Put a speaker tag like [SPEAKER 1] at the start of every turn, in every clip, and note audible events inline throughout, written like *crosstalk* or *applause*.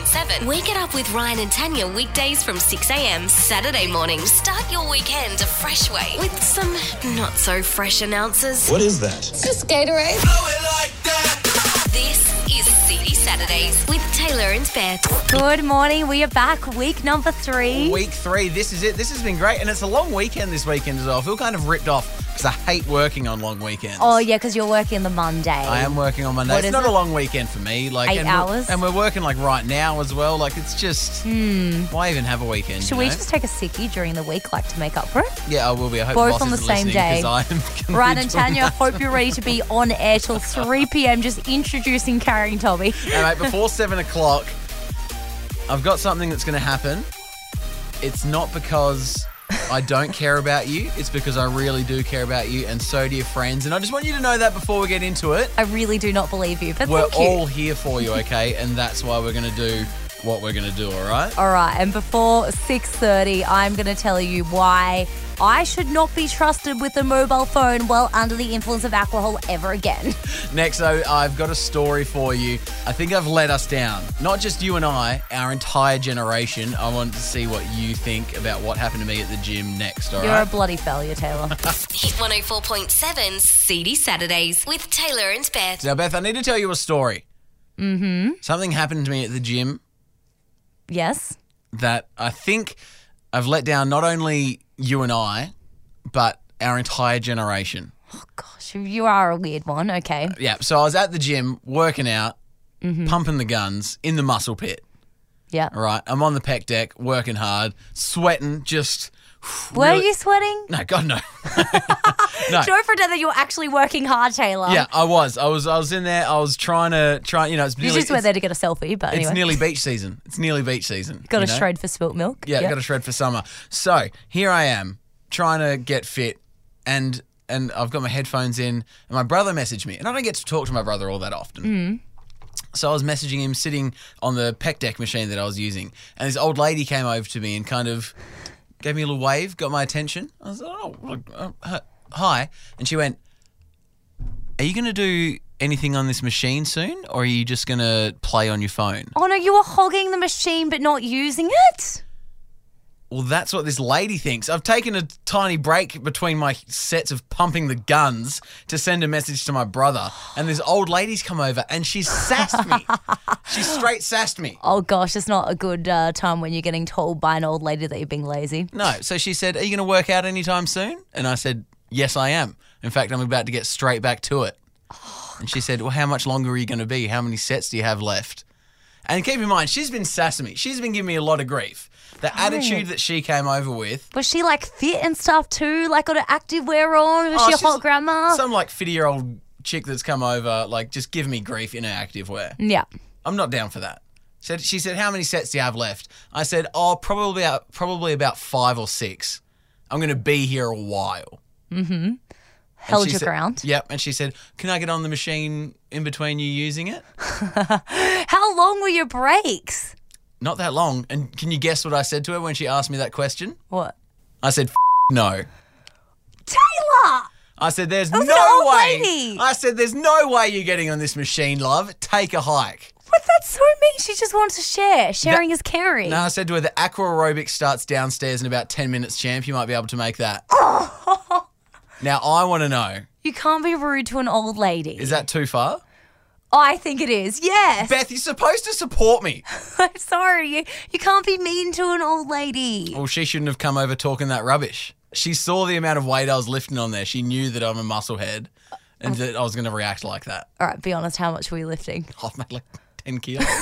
[SPEAKER 1] 104.7. Wake it up with Ryan and Tanya weekdays from 6 a.m. Saturday mornings. Start your weekend a fresh way with some not so fresh announcers.
[SPEAKER 2] What is that?
[SPEAKER 3] Just Gatorade.
[SPEAKER 1] This is City Saturdays with Taylor and Beth.
[SPEAKER 4] Good morning. We are back, week number three.
[SPEAKER 5] Week three. This is it. This has been great, and it's a long weekend this weekend as well. I feel kind of ripped off because I hate working on long weekends.
[SPEAKER 4] Oh yeah, because you're working the Monday.
[SPEAKER 5] I am working on Monday.
[SPEAKER 4] What
[SPEAKER 5] it's
[SPEAKER 4] is
[SPEAKER 5] not
[SPEAKER 4] it?
[SPEAKER 5] a long weekend for me. Like
[SPEAKER 4] Eight
[SPEAKER 5] and we're-
[SPEAKER 4] hours?
[SPEAKER 5] and we're working like right now as well. Like it's just why even have a weekend?
[SPEAKER 4] Hmm. Should
[SPEAKER 5] you
[SPEAKER 4] we
[SPEAKER 5] know?
[SPEAKER 4] just take a sickie during the week, like to make up for
[SPEAKER 2] *laughs*
[SPEAKER 4] it?
[SPEAKER 5] Yeah, I will be. I hope
[SPEAKER 4] both
[SPEAKER 5] boss
[SPEAKER 4] on the
[SPEAKER 5] isn't
[SPEAKER 4] same
[SPEAKER 5] listening 'cause
[SPEAKER 4] day?
[SPEAKER 5] I *laughs* am gonna be
[SPEAKER 4] Ryan and
[SPEAKER 5] doing
[SPEAKER 4] Tanya,
[SPEAKER 5] that.
[SPEAKER 4] hope you're ready to be on air till 3 p.m. Just introducing carrying Toby.
[SPEAKER 5] All right, before seven o'clock, I've got something that's going to happen. It's not because I don't care about you. It's because I really do care about you, and so do your friends. And I just want you to know that before we get into it,
[SPEAKER 4] I really do not believe you, but
[SPEAKER 5] we're
[SPEAKER 4] thank you.
[SPEAKER 5] all here for you, okay? and that's why we're going to do what we're going to do. All right.
[SPEAKER 4] All right, and before 6:30, I'm going to tell you why I should not be trusted with a mobile phone while under the influence of alcohol ever again.
[SPEAKER 5] Next, though, I've got a story for you. I think I've let us down. Not just you and I, our entire generation. I wanted to see what you think about what happened to me at the gym next. All right.
[SPEAKER 4] You're a bloody failure, Taylor.
[SPEAKER 1] Hit 104.7 City Saturdays with Taylor and Beth.
[SPEAKER 5] Now, Beth, I need to tell you a story. Mm-hmm. Something happened to me at the gym
[SPEAKER 4] yes.
[SPEAKER 5] that I think I've let down not only you and I, but our entire generation.
[SPEAKER 4] Gosh, you are a weird one. Okay.
[SPEAKER 5] Yeah. So I was at the gym working out,
[SPEAKER 4] Mm-hmm.
[SPEAKER 5] pumping the guns in the muscle pit.
[SPEAKER 4] Yeah.
[SPEAKER 5] All right. I'm on the pec deck working hard, sweating, just. *sighs*
[SPEAKER 4] Were
[SPEAKER 5] really-
[SPEAKER 4] you sweating?
[SPEAKER 5] No,
[SPEAKER 4] *laughs*
[SPEAKER 5] God, no. no.
[SPEAKER 4] Joy for a day that you're actually working hard, Taylor.
[SPEAKER 5] Yeah, I was. I was. I was in there. I was trying to try. You know, it's
[SPEAKER 4] You
[SPEAKER 5] nearly.
[SPEAKER 4] just were
[SPEAKER 5] it's-
[SPEAKER 4] there to get a selfie, but
[SPEAKER 5] It's
[SPEAKER 4] anyway. *laughs*
[SPEAKER 5] nearly beach season. It's nearly beach season.
[SPEAKER 4] got
[SPEAKER 5] you
[SPEAKER 4] a
[SPEAKER 5] know?
[SPEAKER 4] shred for spilt milk.
[SPEAKER 5] Yeah, got to shred for summer. So here I am trying to get fit, and and I've got my headphones in, and my brother messaged me, and I don't get to talk to my brother all that often. So I was messaging him sitting on the pec deck machine that I was using, and this old lady came over to me and kind of gave me a little wave, got my attention. I was like, oh, look, uh, hi- hi, and she went, "Are you going to do?" Anything on this machine soon, or are you just gonna play on your phone?
[SPEAKER 4] Oh no, you were hogging the machine but not using it?
[SPEAKER 5] Well, that's what this lady thinks. I've taken a tiny break between my sets of pumping the guns to send a message to my brother, and this old lady's come over and she's sassed me. she's straight sassed me.
[SPEAKER 4] Oh gosh, it's not a good uh, time when you're getting told by an old lady that you're being lazy.
[SPEAKER 5] No, so she said, "Are you going to work out anytime soon?" And I said, "Yes, I am. In fact, I'm about to get straight back to it." and she said, "Well, how much longer are you going to be? How many sets do you have left?" And keep in mind, she's been sassing me. She's been giving me a lot of grief. The attitude that she came over with
[SPEAKER 4] Was she like fit and stuff too? Like got an active wear on? Was
[SPEAKER 5] Oh,
[SPEAKER 4] she a
[SPEAKER 5] she's
[SPEAKER 4] hot grandma?
[SPEAKER 5] Some like 50 year old chick that's come over, like just give me grief in an active wear.
[SPEAKER 4] yeah.
[SPEAKER 5] I'm not down for that. Said she said, how many sets do you have left? I said, oh, probably uh, probably about five or six. I'm gonna be here a while. And
[SPEAKER 4] Held
[SPEAKER 5] she
[SPEAKER 4] your
[SPEAKER 5] said-
[SPEAKER 4] ground.
[SPEAKER 5] Yep. And she said, can I get on the machine in between you using it?
[SPEAKER 4] How long were your breaks?
[SPEAKER 5] Not that long. And can you guess what I said to her when she asked me that question?
[SPEAKER 4] What?
[SPEAKER 5] I said, F- no.
[SPEAKER 4] Taylor!
[SPEAKER 5] I said, there's
[SPEAKER 4] was
[SPEAKER 5] no
[SPEAKER 4] an old
[SPEAKER 5] way.
[SPEAKER 4] lady.
[SPEAKER 5] I said, there's no way you're getting on this machine, love. Take a hike.
[SPEAKER 4] But that's so mean. She just wants to share. Sharing is caring.
[SPEAKER 5] No, I said to her, the aqua aerobic starts downstairs in about 10 minutes, champ. You might be able to
[SPEAKER 4] *laughs*
[SPEAKER 5] make that. now, I want to know
[SPEAKER 4] You can't be rude to an old lady.
[SPEAKER 5] is that too far?
[SPEAKER 4] I think it is. Yes. *laughs*
[SPEAKER 5] Beth, you're supposed to support me.
[SPEAKER 4] I'm sorry. You, you can't be mean to an old lady.
[SPEAKER 5] Well, she shouldn't have come over talking that rubbish. She saw the amount of weight I was lifting on there. She knew that I'm a muscle head and that I was going to react like that. *laughs*
[SPEAKER 4] All right, be honest. How much were you lifting?
[SPEAKER 5] I've made like
[SPEAKER 4] *laughs*
[SPEAKER 5] 10 kilos.
[SPEAKER 1] Hit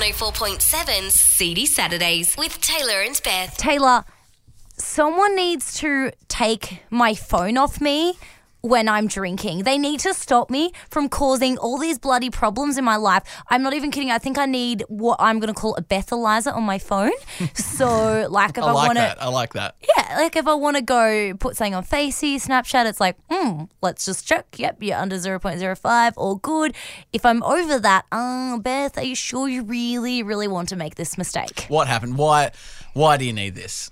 [SPEAKER 1] 104.7 City Saturdays with Taylor and Beth.
[SPEAKER 4] Taylor, someone needs to take my phone off me when I'm drinking. They need to stop me from causing all these bloody problems in my life. I'm not even kidding. I think I need what I'm going to call a breathalyzer on my
[SPEAKER 5] *laughs*
[SPEAKER 4] phone. So, like, if I,
[SPEAKER 5] I like
[SPEAKER 4] want to.
[SPEAKER 5] that. I like that.
[SPEAKER 4] Yeah, like if I want to go put something on Facey, Snapchat, it's like, mm, let's just check. Yep, you're under 0.05, all good. If I'm over that, uh, Beth, are you sure you really, really want to make this mistake?
[SPEAKER 5] What happened? Why? Why do you need this?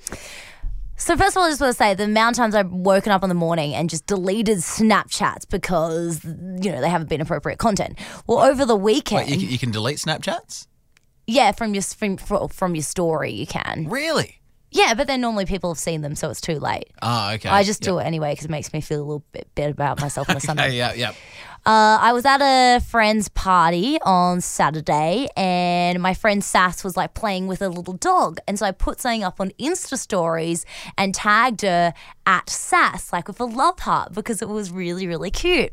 [SPEAKER 4] So first of all, I just want to say the amount of times I've woken up in the morning and just deleted Snapchats because you know they haven't been appropriate content. Well, over the weekend,
[SPEAKER 5] Wait, you, can- you can delete Snapchats?
[SPEAKER 4] yeah, from your from, from your story, you can.
[SPEAKER 5] Really?
[SPEAKER 4] Yeah, but then normally people have seen them, so it's too late.
[SPEAKER 5] Oh, okay.
[SPEAKER 4] I just do it anyway because it makes me feel a little bit better about myself on a Sunday.
[SPEAKER 5] *laughs* Yeah, yeah, yeah.
[SPEAKER 4] Uh, I was at a friend's party on Saturday, and my friend Sass was like playing with a little dog. And so I put something up on Insta stories and tagged her at Sass, like with a love heart, because it was really, really cute.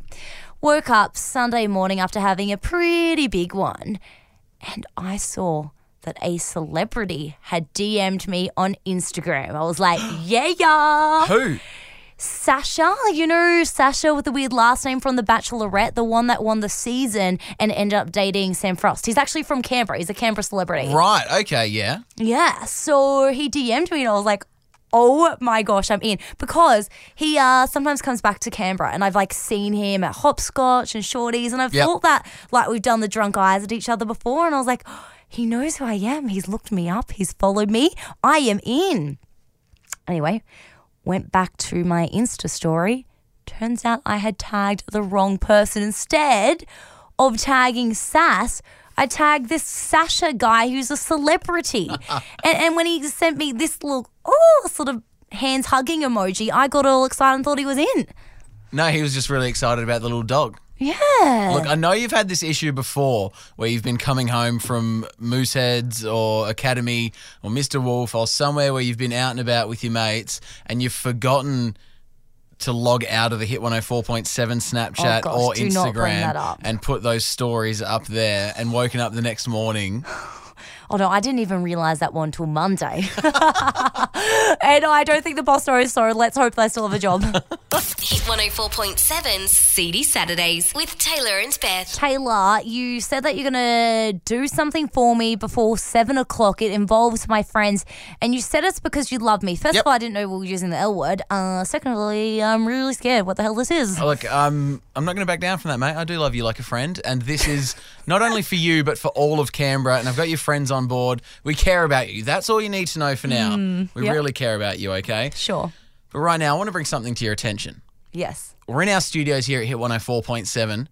[SPEAKER 4] Woke up Sunday morning after having a pretty big one, and I saw that a celebrity had DM'd me on Instagram. I was like, *gasps* yeah, yeah.
[SPEAKER 5] Who?
[SPEAKER 4] Sasha, you know Sasha with the weird last name from The Bachelorette, the one that won the season and ended up dating Sam Frost. He's actually from Canberra. He's a Canberra celebrity.
[SPEAKER 5] Right. Okay. Yeah.
[SPEAKER 4] Yeah. So he DM'd me and I was like, oh my gosh, I'm in. Because he uh, sometimes comes back to Canberra and I've like seen him at Hopscotch and Shorties and I've
[SPEAKER 5] Yep.
[SPEAKER 4] thought that like we've done the drunk eyes at each other before and I was like, *gasps* he knows who I am. He's looked me up. He's followed me. I am in. Anyway, went back to my Insta story. Turns out I had tagged the wrong person. Instead of tagging Sass, I tagged this Sasha guy who's a celebrity. and, and when he sent me this little, oh, sort of hands hugging emoji, I got all excited and thought he was in.
[SPEAKER 5] No, he was just really excited about the little dog.
[SPEAKER 4] Yeah.
[SPEAKER 5] Look, I know you've had this issue before where you've been coming home from Mooseheads or Academy or Mr. Wolf or somewhere where you've been out and about with your mates and you've forgotten to log out of the Hit 104.7 Snapchat
[SPEAKER 4] Oh, gosh,
[SPEAKER 5] or
[SPEAKER 4] do not bring
[SPEAKER 5] Instagram
[SPEAKER 4] that up.
[SPEAKER 5] and put those stories up there and woken up the next morning.
[SPEAKER 4] Oh no, I didn't even realize that one till Monday. *laughs* and I don't think the boss knows, so let's hope they still have a job.
[SPEAKER 1] Hit 104.7 CD Saturdays with Taylor and Beth.
[SPEAKER 4] Taylor, you said that you're going to do something for me before seven o'clock. It involves my friends. And you said it's because you love me. First
[SPEAKER 5] Yep.
[SPEAKER 4] of all, I didn't know we were using the L word. Uh, secondly, I'm really scared what the hell this is.
[SPEAKER 5] Look, um, I'm not going to back down from that, mate. I do love you like a friend, and this is not only for you but for all of Canberra. And I've got your friends on board. We care about you. That's all you need to know for now. we
[SPEAKER 4] yep.
[SPEAKER 5] really care about you, okay?
[SPEAKER 4] Sure.
[SPEAKER 5] But right now, I want to bring something to your attention.
[SPEAKER 4] Yes.
[SPEAKER 5] We're in our studios here at Hit 104.7,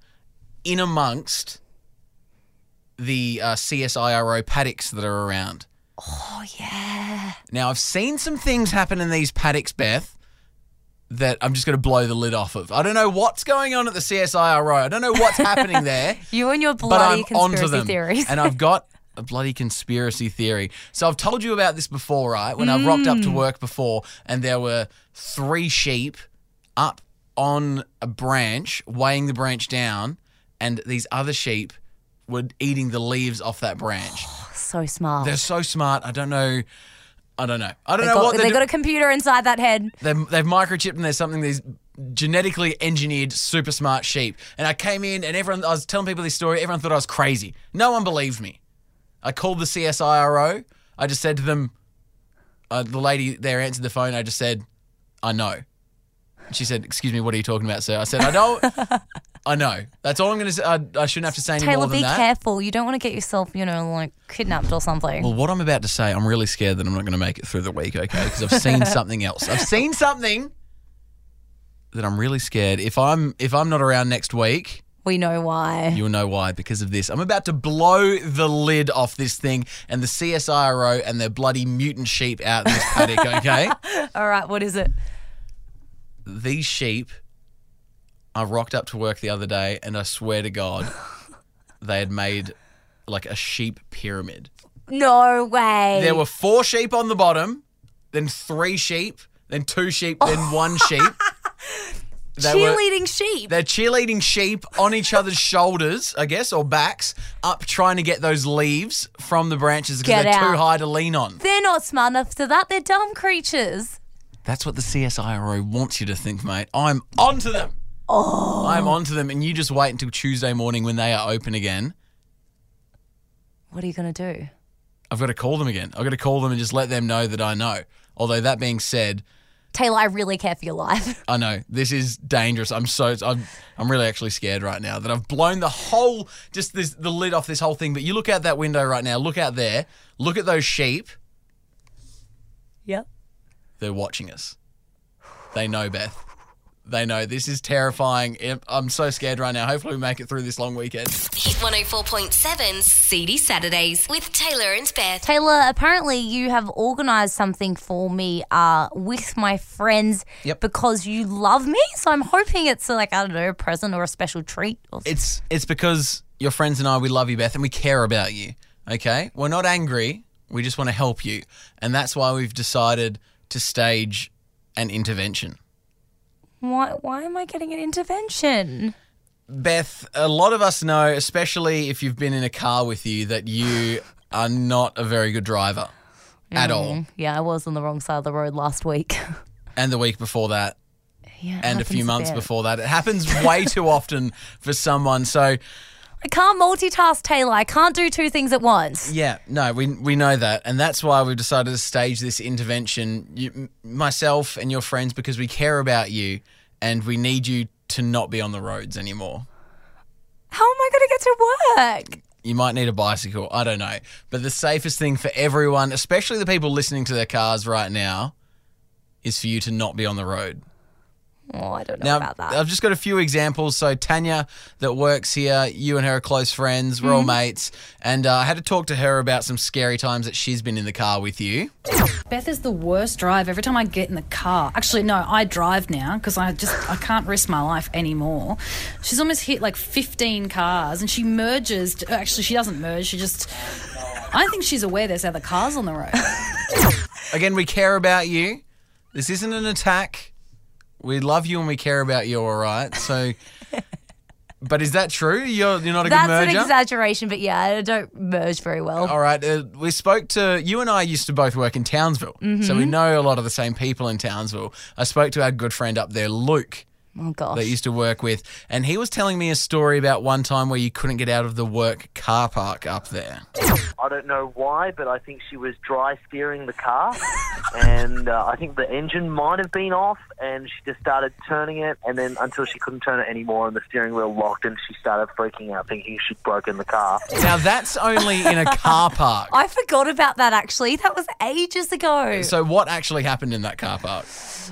[SPEAKER 5] in amongst the uh, CSIRO paddocks that are around.
[SPEAKER 4] Oh, yeah.
[SPEAKER 5] Now, I've seen some things happen in these paddocks, Beth, that I'm just going to blow the lid off of. I don't know what's going on at the CSIRO. I don't know
[SPEAKER 4] *laughs*
[SPEAKER 5] what's happening there,
[SPEAKER 4] You and your
[SPEAKER 5] but
[SPEAKER 4] bloody
[SPEAKER 5] I'm onto
[SPEAKER 4] conspiracy
[SPEAKER 5] them.
[SPEAKER 4] theories.
[SPEAKER 5] and
[SPEAKER 4] *laughs*
[SPEAKER 5] I've got a bloody conspiracy theory. So I've told you about this before, right? When I've rocked
[SPEAKER 4] Mm.
[SPEAKER 5] up to work before and there were three sheep up on a branch, weighing the branch down, and these other sheep were eating the leaves off
[SPEAKER 4] *sighs*
[SPEAKER 5] that branch.
[SPEAKER 4] *laughs* so smart.
[SPEAKER 5] They're so smart. I don't know. I don't know. I don't
[SPEAKER 4] They've
[SPEAKER 5] know
[SPEAKER 4] got,
[SPEAKER 5] what
[SPEAKER 4] they
[SPEAKER 5] they're
[SPEAKER 4] got a computer inside that head.
[SPEAKER 5] They've, they've microchipped and there's something these genetically engineered super smart sheep. And I came in and everyone, I was telling people this story. Everyone thought I was crazy. No one believed me. I called the CSIRO. I just said to them, uh, the lady there answered the phone. I just said, I know. And She said, "Excuse me, what are you talking about, sir?" I said, "I don't. I know. That's all I'm going to say. I, I shouldn't have to say any
[SPEAKER 4] Taylor,
[SPEAKER 5] more than
[SPEAKER 4] be
[SPEAKER 5] that."
[SPEAKER 4] careful. You don't want to get yourself, you know, like kidnapped or something.
[SPEAKER 5] Well, what I'm about to say, I'm really scared that I'm not going to make it through the week, okay? Because I've seen something else. I've seen something that I'm really scared. If I'm if I'm not around next week,
[SPEAKER 4] we know why.
[SPEAKER 5] you'll know why because of this. I'm about to blow the lid off this thing and the CSIRO and their bloody mutant sheep out in this paddock, okay?
[SPEAKER 4] All right, what is it?
[SPEAKER 5] These sheep I rocked up to work the other day and I swear to god they had made like a sheep pyramid.
[SPEAKER 4] No way.
[SPEAKER 5] There were four sheep on the bottom, then three sheep, then two sheep,
[SPEAKER 4] Oh.
[SPEAKER 5] then one
[SPEAKER 4] *laughs*
[SPEAKER 5] sheep. They were-
[SPEAKER 4] Cheerleading sheep.
[SPEAKER 5] they're cheerleading sheep on each other's shoulders, I guess, or backs, up trying to get those leaves from the branches
[SPEAKER 4] Get
[SPEAKER 5] because they're
[SPEAKER 4] out.
[SPEAKER 5] too high to lean on.
[SPEAKER 4] They're not smart enough to that. They're dumb creatures.
[SPEAKER 5] That's what the CSIRO wants you to think, mate. I'm onto them. Oh. I'm onto them, and you just wait until Tuesday morning when they are open again.
[SPEAKER 4] What are you going to do?
[SPEAKER 5] I've got to call them again. I've got to call them and just let them know that I know. Although that being said,
[SPEAKER 4] Taylor, I really care for your life.
[SPEAKER 5] I know this is dangerous. I'm so I'm I'm really actually scared right now that I've blown the whole just this the lid off this whole thing. But you look out that window right now. Look out there. Look at those sheep.
[SPEAKER 4] *laughs* Yep.
[SPEAKER 5] They're watching us. They know Beth. They know this is terrifying. I'm- I'm so scared right now. Hopefully, we make it through this long weekend.
[SPEAKER 1] Hit 104.7 Seedy Saturdays with Taylor and Beth.
[SPEAKER 4] Taylor, apparently you have organised something for me uh, with my friends
[SPEAKER 5] Yep.
[SPEAKER 4] because you love me. So I'm hoping it's uh, like, I don't know, a present or a special treat. Or
[SPEAKER 5] It's it's because your friends and I we love you, Beth, and we care about you. Okay, we're not angry. We just want to help you, and that's why we've decided to stage an intervention.
[SPEAKER 4] why, why am I getting an intervention?
[SPEAKER 5] Beth, a lot of us know, especially if you've been in a car with you,
[SPEAKER 4] *sighs*
[SPEAKER 5] that you are not a very good driver at all.
[SPEAKER 4] Yeah, I was on the wrong side of the road last week. *laughs*
[SPEAKER 5] And the week before that,
[SPEAKER 4] yeah, it
[SPEAKER 5] and a few
[SPEAKER 4] happens
[SPEAKER 5] months
[SPEAKER 4] bit.
[SPEAKER 5] before that. It happens way too often for someone. So,
[SPEAKER 4] I can't multitask, Taylor. I can't do two things at once.
[SPEAKER 5] yeah, no, we, we know that. And that's why we've decided to stage this intervention, you, m- myself and your friends, because we care about you and we need you to not be on the roads anymore.
[SPEAKER 4] How am I going to get to work?
[SPEAKER 5] you might need a bicycle. I don't know. But the safest thing for everyone, especially the people listening to their cars right now, is for you to not be on the road.
[SPEAKER 4] Oh, I don't know
[SPEAKER 5] Now,
[SPEAKER 4] about that.
[SPEAKER 5] I've just got a few examples. So, Tanya, that works here, you and her are close friends. We're all
[SPEAKER 4] Mm-hmm.
[SPEAKER 5] mates. And uh, I had to talk to her about some scary times that she's been in the car with you.
[SPEAKER 2] Beth is the worst drive. Every time I get in the car, actually, no, I drive now because I just I can't risk my life anymore. She's almost hit like 15 cars, and she merges. Actually, she doesn't merge. She just. I don't think she's aware there's other cars on the road.
[SPEAKER 5] Again, we care about you. This isn't an attack. We love you and we care about you, all right?
[SPEAKER 4] *laughs*
[SPEAKER 5] So, but is that true? You're, you're not a
[SPEAKER 4] That's
[SPEAKER 5] good merger?
[SPEAKER 4] an exaggeration, but yeah, I don't merge very well.
[SPEAKER 5] All right. Uh, we spoke to you and I used to both work in Townsville, so we know a lot of the same people in Townsville. I spoke to our good friend up there, Luke,
[SPEAKER 4] Oh,
[SPEAKER 5] that I
[SPEAKER 4] gosh.
[SPEAKER 5] used to work with, and he was telling me a story about one time where you couldn't get out of the work car park up there.
[SPEAKER 3] I don't know why, but I think she was dry steering the car, and uh, I think the engine might have been off, and she just started turning it, and then until she couldn't turn it anymore, and the steering wheel locked, and she started freaking out, thinking she'd broken the car.
[SPEAKER 5] Now that's only in a car park.
[SPEAKER 4] I forgot about that actually. That was ages ago.
[SPEAKER 5] So what actually happened in that car park?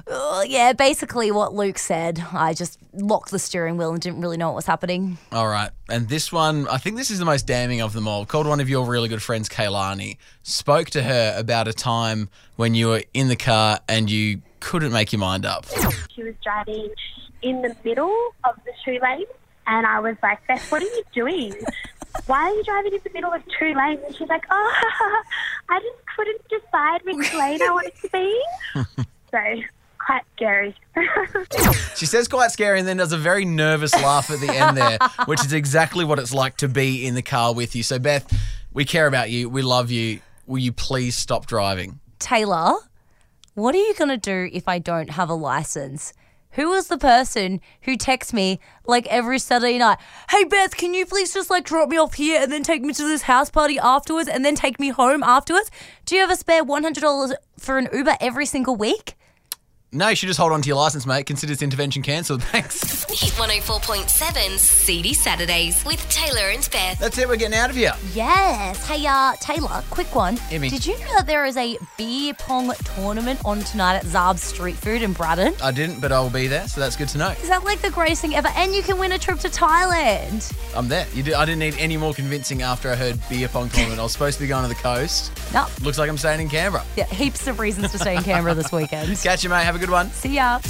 [SPEAKER 4] Uh, yeah, basically what Luke said. I just locked the steering wheel and didn't really know what was happening.
[SPEAKER 5] All right, and this one, I think this is the most damning of them all. Called one of your really good friends, Kaylani, spoke to her about a time when you were in the car and you couldn't make your mind up.
[SPEAKER 6] she was driving in the middle of the two lanes, and I was like, Beth, what are you doing? Why are you driving in the middle of two lanes? And she's like, oh, *laughs* I just couldn't decide which lane I wanted to be. so, quite scary. *laughs*
[SPEAKER 5] She says quite scary and then does a very nervous laugh at the end there, which is exactly what it's like to be in the car with you. So, Beth, we care about you. We love you. Will you please stop driving?
[SPEAKER 4] Taylor, what are you going to do if I don't have a license? Who was the person who texts me like every Saturday night? Hey Beth, can you please just like drop me off here and then take me to this house party afterwards and then take me home afterwards? Do you have a spare $100 for an Uber every single week?
[SPEAKER 5] No, you should just hold on to your license, mate. Consider this intervention cancelled. *laughs* Thanks.
[SPEAKER 1] Hit 104.7 Seedy Saturdays with Taylor and Beth.
[SPEAKER 5] That's it. We're getting out of here.
[SPEAKER 4] Yes. Hey, uh, Taylor, quick one.
[SPEAKER 5] Hit me.
[SPEAKER 4] Did you know that there is a beer pong tournament on tonight at Zab's Street Food in Braddon?
[SPEAKER 5] I didn't, but I'll be there, so that's good to know.
[SPEAKER 4] Is that like the greatest thing ever? And you can win a trip to Thailand.
[SPEAKER 5] I'm there. You did, I didn't need any more convincing after I heard beer pong tournament. I was supposed to be going to the coast.
[SPEAKER 4] No,
[SPEAKER 5] Looks like I'm staying in Canberra. *laughs*
[SPEAKER 4] yeah, heaps of reasons to stay in Canberra this weekend.
[SPEAKER 5] Catch you, mate. Have a good one.
[SPEAKER 4] See ya.